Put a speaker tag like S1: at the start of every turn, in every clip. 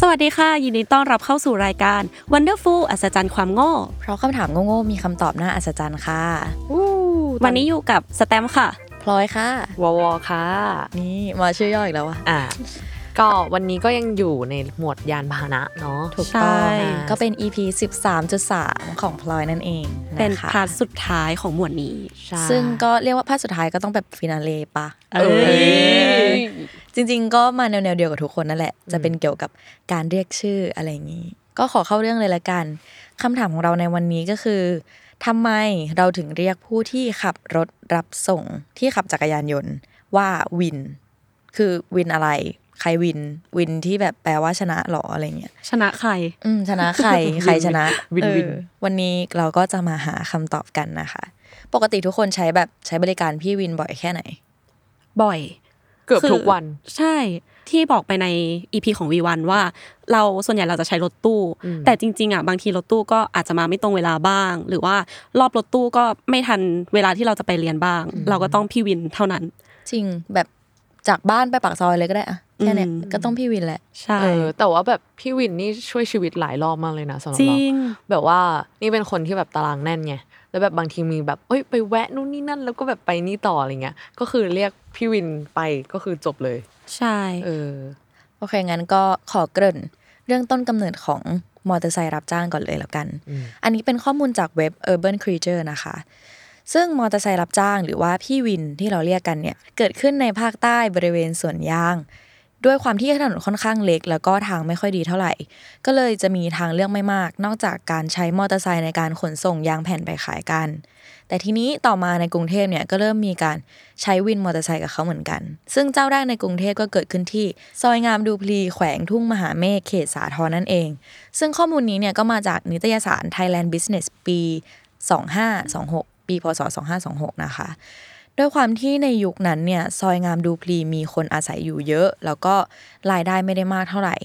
S1: สวัสดีค่ะ ยินดีต้อนรับเข้าสู่รายการ Wonderful อัศจรรย์ความโง่
S2: เพราะคำถามโง่ๆมีคำตอบน่าอัศจรรย์ค่ะ
S1: วันนี้อยู่กับสแตมป์ค่ะ
S2: พลอยค่ะ
S3: วอวอค่ะ
S2: นี่มาชื่อย่ออีกแล้วอะ
S3: อ่า ก็วันนี้ก็ยังอยู่ในหมวดยานพาหนะเนาะ
S2: ถูก
S1: ใช่
S2: ต้องนะก็เป็น EP 13.3 ของพลอยนั่นเอง
S1: เป็น
S2: นะคะ
S1: พาร์ทสุดท้ายของหมวดนี้
S3: ใช่
S2: ซึ่งก็เรียกว่าภาคสุดท้ายก็ต้องแบบฟินาเล่ปะ
S1: เอ้ย
S2: จริง ๆ ก็มาแนวๆเดียวกับทุกคนนั่นแหละ จะเป็นเกี่ยวกับการเรียกชื่ออะไรอย่างนี้ ก็ขอเข้าเรื่องเลยละกันคำถามของเราในวันนี้ก็คือทำไมเราถึงเรียกผู้ที่ขับรถรับส่งที่ขับจักรยานยนต์ว่าวิน คือวินอะไร ใครวิน วินที่แบบแปลว่าชนะหรออะไรเงี้ย
S1: ชนะใคร
S2: อืมชนะใคร ใครชนะ
S3: วินวิน
S2: เออวันนี้เราก็จะมาหาคำตอบกันนะคะ ปกติทุกคนใช้แบบใช้บริการพี่วินบ่อยแค่ไหน
S1: บ่อย
S3: เกือบทุกวัน
S1: คือใช่ที่บอกไปในอีพีของวีวันว่า เราส่วนใหญ่เราจะใช้รถตู้
S3: อืม
S1: แต่จริงๆอ่ะบางทีรถตู้ก็อาจจะมาไม่ตรงเวลาบ้าง หรือว่ารอบรถตู้ก็ไม่ทันเวลาที่เราจะไปเรียนบ้าง เราก็ต้องพี่วินเท่านั้น
S2: จริงแบบจากบ้านไปปากซอยเลยก็ได้อะแค่เนี้ย
S1: อืม
S2: ก็ต้องพี่วินแหละ
S1: ใช่
S3: เออ แต่ว่าแบบพี่วินนี่ช่วยชีวิตหลายรอบมากเลยนะสำหรับ
S1: จ
S3: เรา
S1: ริง
S3: แบบว่านี่เป็นคนที่แบบตารางแน่นไง แล้วแบบบางทีมีแบบเอ้ยไปแวะนู่นนี่นั่น แล้วก็แบบไปนี่ต่ออะไรเงี้ย ก็คือเรียกพี่วินไปก็คือจบเลย
S1: ใช่
S3: เออ
S2: โอเค งั้นก็ขอเกริ่น เรื่องต้นกำเนิดของมอเตอร์ไซค์รับจ้างก่อนเลยแล้วกัน
S3: อืม
S2: อันนี้เป็นข้อมูลจากเว็บ Urban Creature นะคะ ซึ่งมอเตอร์ไซค์รับจ้างหรือว่าพี่วินที่เราเรียกกันเนี่ย เกิดขึ้นในภาคใต้บริเวณสวนยาง ด้วยความที่ถนนค่อนข้างเล็ก แล้วก็ทางไม่ค่อยดีเท่าไหร่ ก็เลยจะมีทางเลือกไม่มาก นอกจากการใช้มอเตอร์ไซค์ในการขนส่งยางแผ่นไปขายกัน แต่ทีนี้ต่อมาในกรุงเทพเนี่ยก็เริ่มมีการใช้วินมอเตอร์ไซค์กับเขาเหมือนกัน ซึ่งเจ้าแรกในกรุงเทพก็เกิดขึ้นที่ ซอยงามดูพลีแขวงทุ่งมหาเมฆเขตสาทรนั่นเอง ซึ่งข้อมูลนี้เนี่ยก็มาจากนิตยสาร Thailand Business ปี 2526 ปีพศ 2526 นะคะ ด้วยความที่ในยุคนั้นเนี่ยซอยงามดูพลีมีคนอาศัยอยู่เยอะ แล้วก็รายได้ไม่ได้มากเท่าไหร่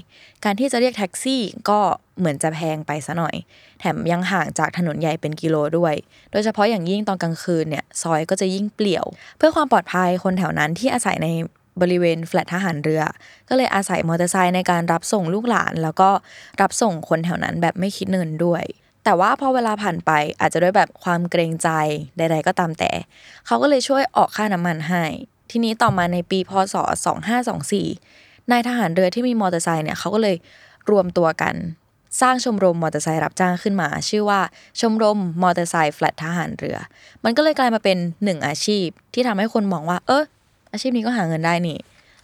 S2: การที่จะเรียกแท็กซี่ก็เหมือนจะแพงไปซะหน่อย แถมยังห่างจากถนนใหญ่เป็นกิโลด้วย โดยเฉพาะอย่างยิ่งตอนกลางคืนเนี่ยซอยก็จะยิ่งเปลี่ยว เพื่อความปลอดภัยคนแถวนั้นที่อาศัยในบริเวณแฟลตทหารเรือ ก็เลยอาศัยมอเตอร์ไซค์ในการรับส่งลูกหลาน แล้วก็รับส่งคนแถวนั้นแบบไม่คิดเงินด้วย แต่ว่าพอเวลาผ่านไปอาจจะด้วยแบบความเกรงใจใด ๆ ก็ตามแต่ เขาก็เลยช่วยออกค่าน้ำมันให้ ทีนี้ต่อมาในปีพศ 2524 นายทหารเรือที่มีมอเตอร์ไซค์เนี่ยเขาก็เลยรวมตัวกัน สร้างชมรมมอเตอร์ไซค์รับจ้างขึ้นมา ชื่อว่าชมรมมอเตอร์ไซค์แฟลตทหารเรือ มันก็เลยกลายมาเป็นหนึ่งอาชีพ ที่ทำให้คนมองว่า เอออาชีพนี้ก็หาเงินได้นี่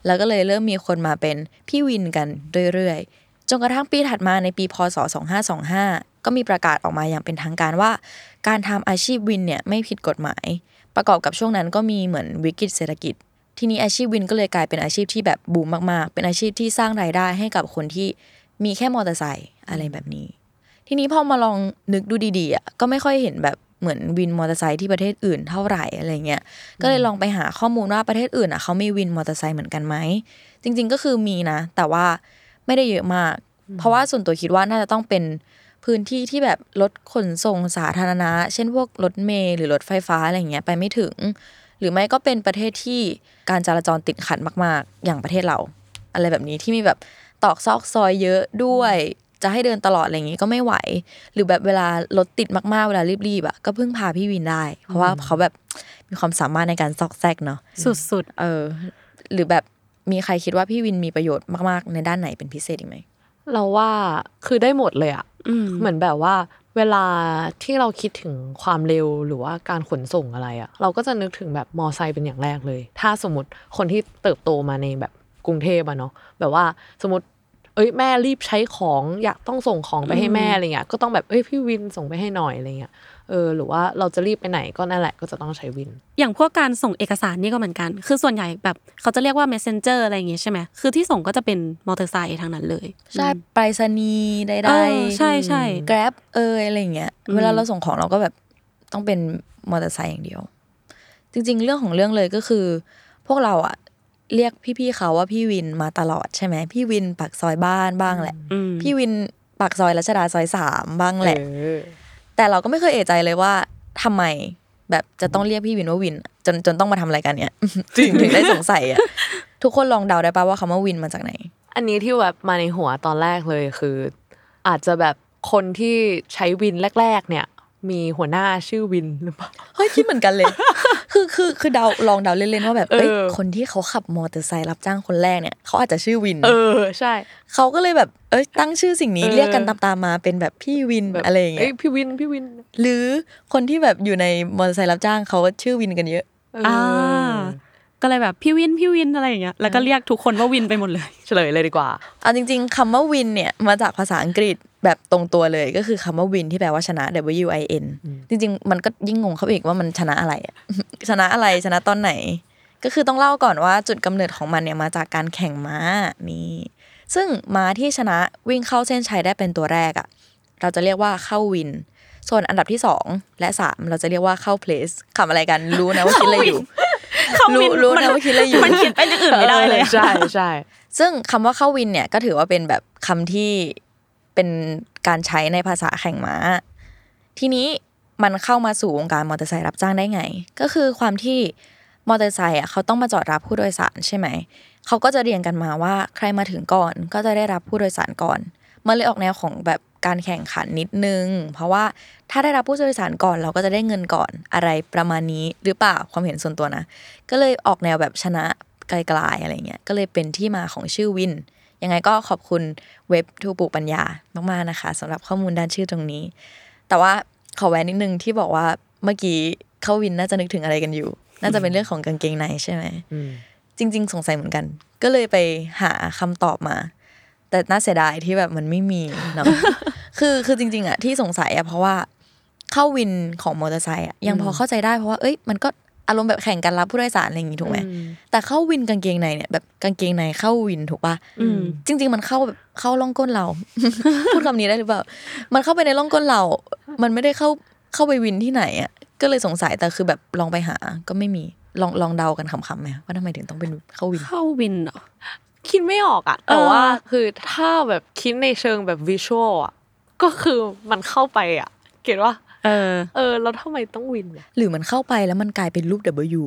S2: แล้วก็เลยเริ่มมีคนมาเป็นพี่วินกันเรื่อยๆ จนกระทั่งปีถัดมาในปีพศ 2525 ก็มีประกาศออกมาอย่างเป็นทางการว่า การทำอาชีพวินเนี่ยไม่ผิดกฎหมาย ประกอบกับช่วงนั้นก็มีเหมือนวิกฤตเศรษฐกิจ ทีนี้อาชีพวินก็เลยกลายเป็นอาชีพที่แบบบูมมากๆ เป็นอาชีพที่สร้างรายได้ให้กับคนที่มีแค่มอเตอร์ไซค์อะไรแบบนี้ ทีนี้พอมาลองนึกดูดีๆอ่ะก็ไม่ค่อยเห็นแบบเหมือนวินมอเตอร์ไซค์ที่ประเทศอื่นเท่าไหร่อะไรเงี้ย ก็เลยลองไปหาข้อมูลว่าประเทศอื่นอ่ะเขามีวินมอเตอร์ไซค์เหมือนกันไหม จริงๆก็คือมีนะ แต่ว่าไม่ได้เยอะมาก เพราะว่าส่วนตัวคิดว่าน่าจะต้องเป็นพื้นที่ที่แบบรถขนส่งสาธารณะ เช่นพวกรถเมล์หรือรถไฟฟ้าอะไรเงี้ยไปไม่ถึง หรือไม่ก็เป็นประเทศที่การจราจรติดขัดมาก ๆ อย่างประเทศเรา อะไรแบบนี้ที่มีแบบตอกซอกซอยเยอะด้วย จะให้เดินตลอดอะไรอย่างงี้ก็ไม่ไหว หรือแบบเวลารถติดมากๆเวลารีบๆอ่ะก็พึ่งพาพี่วินได้ เพราะว่าเขาแบบมีความสามารถในการซอกแซกเนาะ
S1: สุด
S2: เออหรือแบบมีใครคิดว่าพี่วินมีประโยชน์มาก ๆ ในด้านไหนเป็นพิเศษอีกไหม
S3: เราว่าคือได้หมดเลยอะ
S1: ๆอืม
S3: เหมือนแบบว่า เวลาที่เราคิดถึงความเร็วหรือว่าการขนส่งอะไรอะเราก็จะนึกถึงแบบมอไซค์เป็นอย่างแรกเลย ถ้าสมมติคนที่เติบโตมาในแบบกรุงเทพอะเนาะแบบว่าสมมติ เอ้ยแม่รีบใช้ของอยากต้องส่งของไปให้แม่อะไรเงี้ยก็ต้องแบบเอ้ยพี่วินส่งไปให้หน่อยอะไรเงี้ยเออหรือว่าเราจะรีบไปไหนก็นั่นแหละก็จะต้องใช้วิน
S1: อย่างพวกการส่งเอกสารนี่ก็เหมือนกัน คือส่วนใหญ่แบบเขาจะเรียกว่า messenger อะไรอย่างงี้ใช่ไหมคือที่ส่งก็จะเป็นมอเตอร์ไซค์ทางนั้นเลย
S2: ใช่ไปรษณีย์ใด
S1: เออใช่ใช่
S2: ๆ Grab เอยอะไรอย่างเงี้ย
S1: อืม
S2: เวลาเราส่งของเราก็แบบต้องเป็นมอเตอร์ไซค์อย่างเดียว จริง ๆ เรื่องของเรื่องเลยก็คือ พวกเราอะเรียกพี่ๆเขาว่าพี่วินมาตลอดใช่ไหมพี่วินปากซอยบ้านบ้างแหละ
S1: อืม
S2: พี่วินปากซอยรัชดาซอยสามบ้างแหละ
S3: เออ
S2: แต่เราก็ไม่เคยเอะใจเลยว่าทำไมแบบจะต้องเรียกพี่วินว่าวิน จนจนต้องมาทำรายการเนี้ย
S3: จริง
S2: ถึงได้สงสัยอะทุกคนลองเดาได้ปะว่าคำว่าวินมาจากไหน
S3: อันนี้ที่แบบมาในหัวตอนแรกเลยคือ อาจจะแบบคนที่ใช้วินแรก ๆ เนี่ย มีหัวหน้าชื่อวินหรือเปล่า
S2: เฮ้ยคิดเหมือนกันเลย คือคือคือเดาลองเดาเล่นๆว่าแบบเอ้ย
S3: เออ
S2: คนที่เขาขับมอเตอร์ไซค์รับจ้างคนแรกเนี่ยเขาอาจจะชื่อวิน
S3: เออใช่
S2: เขาก็เลยแบบเอ้ยตั้งชื่อสิ่งนี้
S3: เออ
S2: เรียกกันตามๆมาเป็นแบบพี่วิน
S3: แบบ
S2: อะไรอย่างเงี้
S3: อ้
S2: ย
S3: พี่วินพี่วิน
S2: หรือคนที่แบบอยู่ในมอเตอร์ไซค์รับจ้างเขาก็ชื่อวินกันเยอะ
S3: เอออ
S1: อ่าก็เลยแบบพี่วินพี่วินอะไรอย่างเงี้ยแล้วก็เรียกทุกคนว่าวินไปหมดเลย
S3: เฉลยเลยดีกว่า
S2: เอาจริง ๆคำว่าวินเนี่ยมาจากภาษาอังกฤษแบบตรงตัวเลยก็คือคำว่าวินที่แปลว่าชนะ W I N จริง ๆ มันก็ยิ่งงงเขาไปอีกว่ามันชนะอะไรอะ ชนะอะไรชนะตอนไหน ก็คือต้องเล่าก่อนว่าจุดกำเนิดของมันเนี่ยมาจากการแข่งม้านี่ซึ่งม้าที่ชนะวิ่งเข้าเส้นชัยได้เป็นตัวแรกอะ่ะ เราจะเรียกว่าเข้าวิน ส่วนอันดับที่ 2 และ 3 เราจะเรียกว่าเข้าเพลสคำอะไรกันรู้นะว่าคิดอะไรอยู่
S1: เข้าวิน
S2: รู้รู้นะว่าคิดอะไรอยู่
S1: มันเขียนเป็นอย่างอื่นไม่ได้เลยอะ
S3: ใช่ใช่
S2: ซึ่งคำว่าเข้าวินเนี่ยก็ถือว่าเป็นแบบคำที่เป็นการใช้ในภาษาแข่งม้า ทีนี้มันเข้ามาสู่วงการมอเตอร์ไซค์รับจ้างได้ไง ก็คือความที่มอเตอร์ไซค์อ่ะเขาต้องมาจอดรับผู้โดยสารใช่ไหม เขาก็จะเรียงกันมาว่าใครมาถึงก่อนก็จะได้รับผู้โดยสารก่อน มันเลยออกแนวของแบบการแข่งขันนิดนึง เพราะว่าถ้าได้รับผู้โดยสารก่อนเราก็จะได้เงินก่อนอะไรประมาณนี้หรือเปล่าความเห็นส่วนตัวนะ ก็เลยออกแนวแบบชนะไกลๆอะไรเงี้ย ก็เลยเป็นที่มาของชื่อวิน ยังไงก็ขอบคุณเว็บทูปุปัญญามากๆนะคะสำหรับข้อมูลด้านชื่อตรงนี้ แต่ว่าขอแวะนิดนึงที่บอกว่าเมื่อกี้เข้าวินน่าจะนึกถึงอะไรกันอยู่ น่าจะเป็นเรื่องของกางเกงในใช่ไหม จริง ๆ สงสัยเหมือนกัน ก็เลยไปหาคำตอบมา แต่น่าเสียดายที่แบบมันไม่มีเนาะ คือคือจริง ๆอะที่สงสัยอะเพราะว่าเข้าวินของมอเตอร์ไซค์อะยังพอเข้าใจได้เพราะว่าเอ้ยมันก็อารมณ์แบบแข่งกันรับผู้โดยสารอะไรอย่างงี้ถูกไหม
S3: อืม
S2: แต่เข้าวินกางเกงในเนี่ยแบบกางเกงในเข้าวินถูกปะ
S1: อืม
S2: จริง ๆ มันเข้าแบบเข้าล่องก้นเรา พูดคำนี้ได้หรือเปล่า มันเข้าไปในล่องก้นเรา มันไม่ได้เข้าเข้าไปวินที่ไหนอะก็เลยสงสัยแต่คือแบบลองไปหาก็ไม่มีลองลองเดากันขำๆไหมว่าทำไมถึงต้องเป็นเข้าวิน
S1: เข้าวินเหรอ
S3: คิดไม่ออกอ่ะ
S1: เอ
S3: แต่
S1: อ
S3: ว่าคือถ้าแบบคิดในเชิงแบบวิชวลอ่ะ ก็คือมันเข้าไปอ่ะ เก็ตว่า
S1: เออ
S3: เออ แล้วทำไมต้องวินอะ
S2: หรือมันเข้าไปแล้วมันกลายเป็นรูป W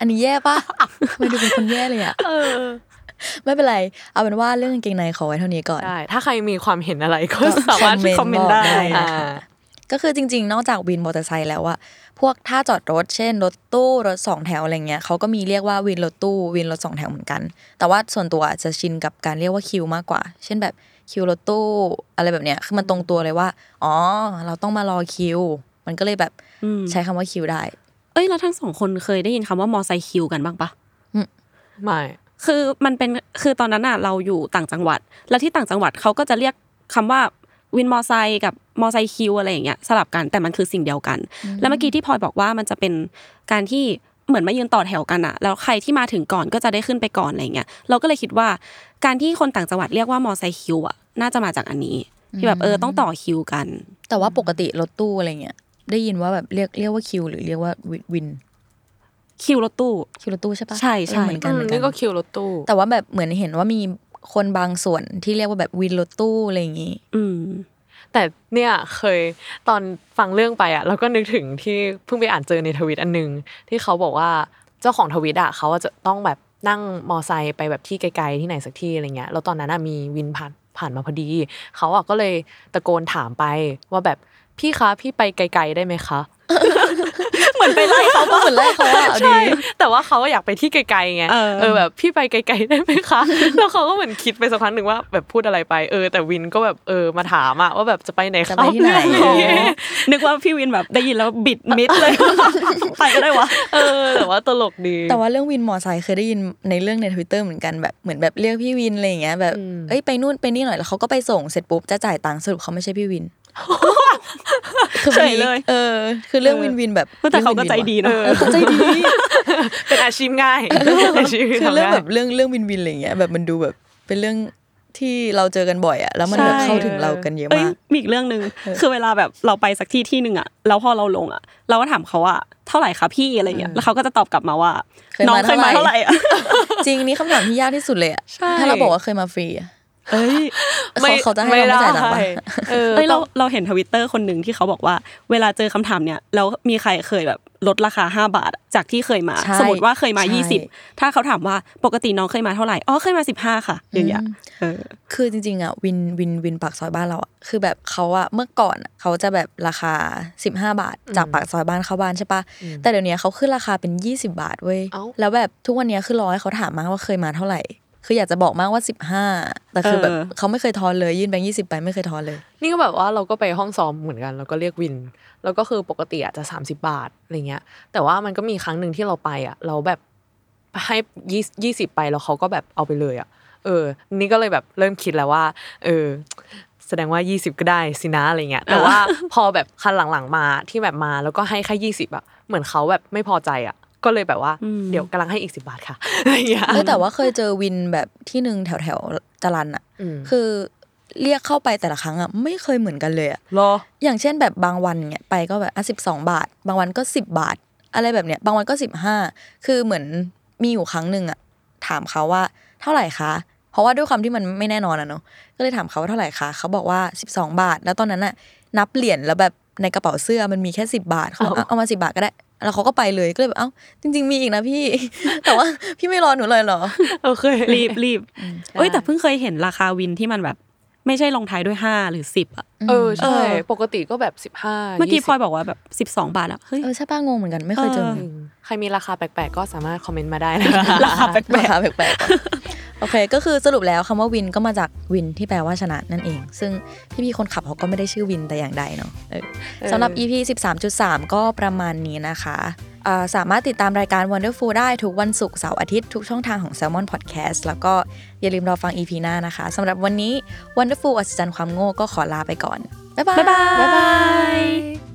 S2: อันนี้แย่ปะ ทำไมดูเป็นคนแย่เลยอะ
S3: เออ
S2: ไม่เป็นไร เอาเป็นว่าเรื่องกางเกงในขอไว้เท่านี้ก่อน
S3: ได้ ถ้าใครมีความเห็นอะไรก็
S2: ก็
S3: สามารถคอมเมนต์
S2: คอมเมนต์บ
S3: ได้
S2: อกได้นะคะ
S3: อ่า
S2: ก็คือจริง ๆ นอกจากวินมอเตอร์ไซค์แล้วอะพวกท่าจอดรถ เช่น รถตู้ รถสองแถวอะไรเงี้ยเขาก็มีเรียกว่าวินรถตู้ วินรถสองแถวเหมือนกัน แต่ว่าส่วนตัวจะชินกับการเรียกว่าคิวมากกว่า เช่นแบบคิวรถตู้ อะไรแบบเนี้ย คือมันตรงตัวเลยว่า อ๋อ เราต้องมารอคิว มันก็เลยแบบ
S1: อืม
S2: ใช้คำว่าคิวได้
S1: เอ้ยแล้วทั้งสองคนเคยได้ยินคำว่ามอไซคิวกันบ้างปะ
S3: ไม่
S1: คือมันเป็นคือตอนนั้นอ่ะเราอยู่ต่างจังหวัด แล้วที่ต่างจังหวัดเขาก็จะเรียกคำว่าวินมอไซค์กับมอไซค์คิวอะไรอย่างเงี้ยสลับกันแต่มันคือสิ่งเดียวกัน แล้วเมื่อกี้ที่พลอยบอกว่ามันจะเป็นการที่เหมือนมายืนต่อแถวกันอ่ะ แล้วใครที่มาถึงก่อนก็จะได้ขึ้นไปก่อนอะไรอย่างเงี้ยเราก็เลยคิดว่า การที่คนต่างจังหวัดเรียกว่ามอไซค์คิวอ่ะน่าจะมาจากอันนี้ ที่แบบเออต้องต่อคิวกัน
S2: แต่ว่าปกติรถตู้อะไรเงี้ยได้ยินว่าแบบเรียกเรียกว่าคิวหรือเรียกว่าวิวิน
S1: คิวรถตู้
S2: คิวรถตู้ใช่ปะ
S1: ใช่ใช่
S2: เออเหมือนกัน
S3: อืม
S2: เหมือนกั
S3: นี่
S2: น
S3: ก็คิวรถตู้
S2: แต่ว่าแบบเหมือนเห็นว่ามีคนบางส่วนที่เรียกว่าแบบวินรถตู้อะไรอย่างงี้
S1: อืม
S3: แต่เนี่ยเคยตอนฟังเรื่องไปอ่ะเราก็นึกถึงที่เพิ่งไปอ่านเจอในทวิตอันหนึง ที่เขาบอกว่าเจ้าของทวิตอ่ะเขาอะจะต้องแบบนั่งมอไซค์ไปแบบที่ไกลๆที่ไหนสักที่อะไรเงี้ยแล้วตอนนั้นอะมีวินผ่านผ่านมาพอดี เขาอ่ะก็เลยตะโกนถามไปว่าแบบพี่คะพี่ไปไกล ๆได้ไหมคะ
S1: เหมือนไปไล่เขา
S2: ก็เหมือนไล่เขาอะเอาดี
S3: ใช่แต่ว่าเขาอยากไปที่ไกลๆไง
S1: เออ
S3: เออแบบพี่ไปไกลๆได้ไหมคะ แล้วเขาก็เหมือนคิดไปสักพักหนึ่งว่าแบบพูดอะไรไปเออ แต่วินก็แบบเออมาถามอะว่าแบบจะไปไหน
S2: จะ
S3: เขา
S2: ไปที่ไหน
S3: เพื่ออะไรอย่างเงี้ย
S1: นึกว่าพี่วินแบบได้ยินแล้วบิดมิดเลย ไปก็ได้วะ
S3: เออแต่ว่าตลกดี
S2: แต่ว่าเรื่องวินมอไซค์เคยได้ยินในเรื่องในทวิตเตอร์เหมือนกันแบบเหมือนแบบเรียกพี่วินอะไรอย่างเงี้ยแบบ
S3: อืม
S2: เอ้ยไปนู่นไปนี่หน่อยแล้วเขาก็ไปส่งเสร็จปุ๊บจะจ่ายตังค์สรุปเขาไม่ใช่พี่วินคือมัน
S1: เฉ
S2: มี
S1: ยเลย
S2: เออ คือเรื่องวินวินแบบ
S1: แต่เขาก็ใจดีเนอะ
S2: เออเขาใจดี
S3: เป็นอาชีพง่ายในชีวิต
S2: คือ
S3: ทำ
S2: เรื่อง
S3: ง่าย
S2: แบบเรื่องเรื่องวินวินอะไรอย่างเงี้ยแบบมันดูแบบเป็นเรื่องที่เราเจอกันบ่อยอะแล้วมันแบบ
S1: ใช่
S2: เข้าถึงเรากันเยอะ
S1: เอ้ย
S2: มาก
S1: มีอีกเรื่องหนึ่ง
S2: เออ
S1: คือเวลาแบบเราไปสักที่ที่หนึ่งอะแล้วพอเราลงอะเราก็ถามเขาว่าเท่าไหร่คะพี่อะไรเงี้ยแล้วเขาก็จะตอบกลับมาว่า
S2: เคยมา
S1: น้องเคยมา
S2: เท่า
S1: เท่า
S2: ไห
S1: ไห
S2: ร่
S1: ร่อะ
S2: จริงนี่คำถามที่ยากที่สุดเลยอะ
S3: ใช่
S2: ถ้าเราบอกว่าเคยมาฟรีอะ
S1: เอ้ย
S2: เขาเขาจะให้เราไม่จ่ายตังค์ปะ
S3: ไม่ได้เออ
S1: เอ้ยเราเราเห็นทวิตเตอร์คนหนึ่งที่เขาบอกว่า เวลาเจอคำถามเนี่ยแล้วมีใครเคยแบบลดราคา 5 บาทอะจากที่เคยมา
S2: ใช่
S1: สมมติว่าเคยมา
S2: ใช่
S1: 20 ถ้าเขาถามว่าปกติน้องเคยมาเท่าไหร่อ๋อเคยมา 15 ค่ะอย่างเงี้ยเออ
S2: คือจริงๆอ่ะวินวินวินปากซอยบ้านเราอ่ะคือแบบเขาอ่ะเมื่อก่อนอะเขาจะแบบราคา 15 บาท จากปากซอยบ้านเข้าบ้านใช่ปะแต่เดี๋ยวนี้เขาขึ้นราคาเป็น 20 บาทเว้ย
S3: เอ้า
S2: แล้วแบบทุกวันนี้คือรอให้เขาถามมากว่าเคยมาเท่าไหร่ คืออยากจะบอกมากว่า 15 แต่คือแบบ
S1: เออ
S2: เขาไม่เคยทอนเลยยื่นแบงค์ยี่สิบไปไม่เคยทอนเลย
S3: นี่ก็แบบว่าเราก็ไปห้องซ้อมเหมือนกันแล้วก็เรียกวิน แล้วก็คือปกติอาจจะ 30 บาทอะไรเงี้ย แต่ว่ามันก็มีครั้งหนึ่งที่เราไปอ่ะ เราแบบให้ยี่ยี่สิบไปแล้วเขาก็แบบเอาไปเลยอ่ะ เออ นี่ก็เลยแบบเริ่มคิดแล้วว่า เออ แสดงว่า 20 ก็ได้สินะอะไรเงี้ย แต่ว่าพอแบบคันหลังๆมาที่แบบมาแล้วก็ให้แค่ยี่สิบอ่ะ เหมือนเขาแบบไม่พอใจอ่ะ ก็เลยแบบว่า
S1: อืม
S3: เดี๋ยวกำลังให้อีกสิบาทค่ะอะไรเงี้ย
S2: เออแต่ว่าเคยเจอวินแบบที่หนึ่งแถวแถวๆจรันอ่ะ
S3: ม
S2: คือเรียกเข้าไปแต่ละครั้งอ่ะไม่เคยเหมือนกันเลยอ่ะ
S3: รอ
S2: อย่างเช่นแบบบางวันเนี่ยไปก็แบบอ่ะสิบสองบาท บางวันก็สิบบาท อะไรแบบเนี้ยบางวันก็สิบห้าคือเหมือนมีอยู่ครั้งหนึ่งอะถามเขาว่าเท่าไหร่คะ เพราะว่าด้วยความที่มันไม่แน่นอนอะเนาะก็เลยถามเขาว่าเท่าไหร่คะเขาบอกว่าสิบสองบาท แล้วตอนนั้นอะนับเหรียญแล้วแบบในกระเป๋าเสื้อมันมีแค่สิบบาทเขาบอก
S3: อ๋อ
S2: เอาเอามาสิบาทก็ได้ แล้วเขาก็ไปเลยก็เลยแบบเอ้าจริง ๆ มีอีกนะพี่ แต่ว่าพี่ไม่รอหนูเลยเหรอ
S3: โอเค
S1: รีบรีบเอ้ยแต่เพิ่งเคยเห็นราคาวินที่มันแบบ ไม่ใช่ลงท้ายด้วย 5 หรือ 10อะ
S3: เออ
S1: เอ
S3: ใช่
S1: อ
S3: ปกติก็แบบสิบห้า
S1: เมื่อกี้พลอยบอกว่าแบบ12 บาทอะเฮ้ย
S2: เออใช่ป้างงเหมือนกันไม่เคยเจอ
S1: เออ
S2: เหมือนกัน
S3: ใครมีราคาแปลกๆ ก็สามารถคอมเมนต์มาได้นะ
S1: ราคาแปล
S2: ราก คาแปลกๆก่อนโอเค ก็คือสรุปแล้วคำว่าวินก็มาจากวินที่แปลว่าชนะนั่นเอง ซึ่งพี่พี่ๆคนขับเขาก็ไม่ได้ชื่อวินแต่อย่างใดเนาะเออ
S3: เออ
S2: สำหรับ EP 13.3 ก็ประมาณนี้นะคะอ่าสามารถติดตามรายการ Wonderful ได้ทุกวันศุกร์เสาร์อาทิตย์ทุกช่องทางของ Salmon Podcast แล้วก็อย่าลืมรอฟัง EP หน้านะคะสำหรับวันนี้ Wonderful อัศจรรย์ความโง่ก็ขอลาไปก่อน บ๊ายบาย
S1: ๆบ๊ายบาย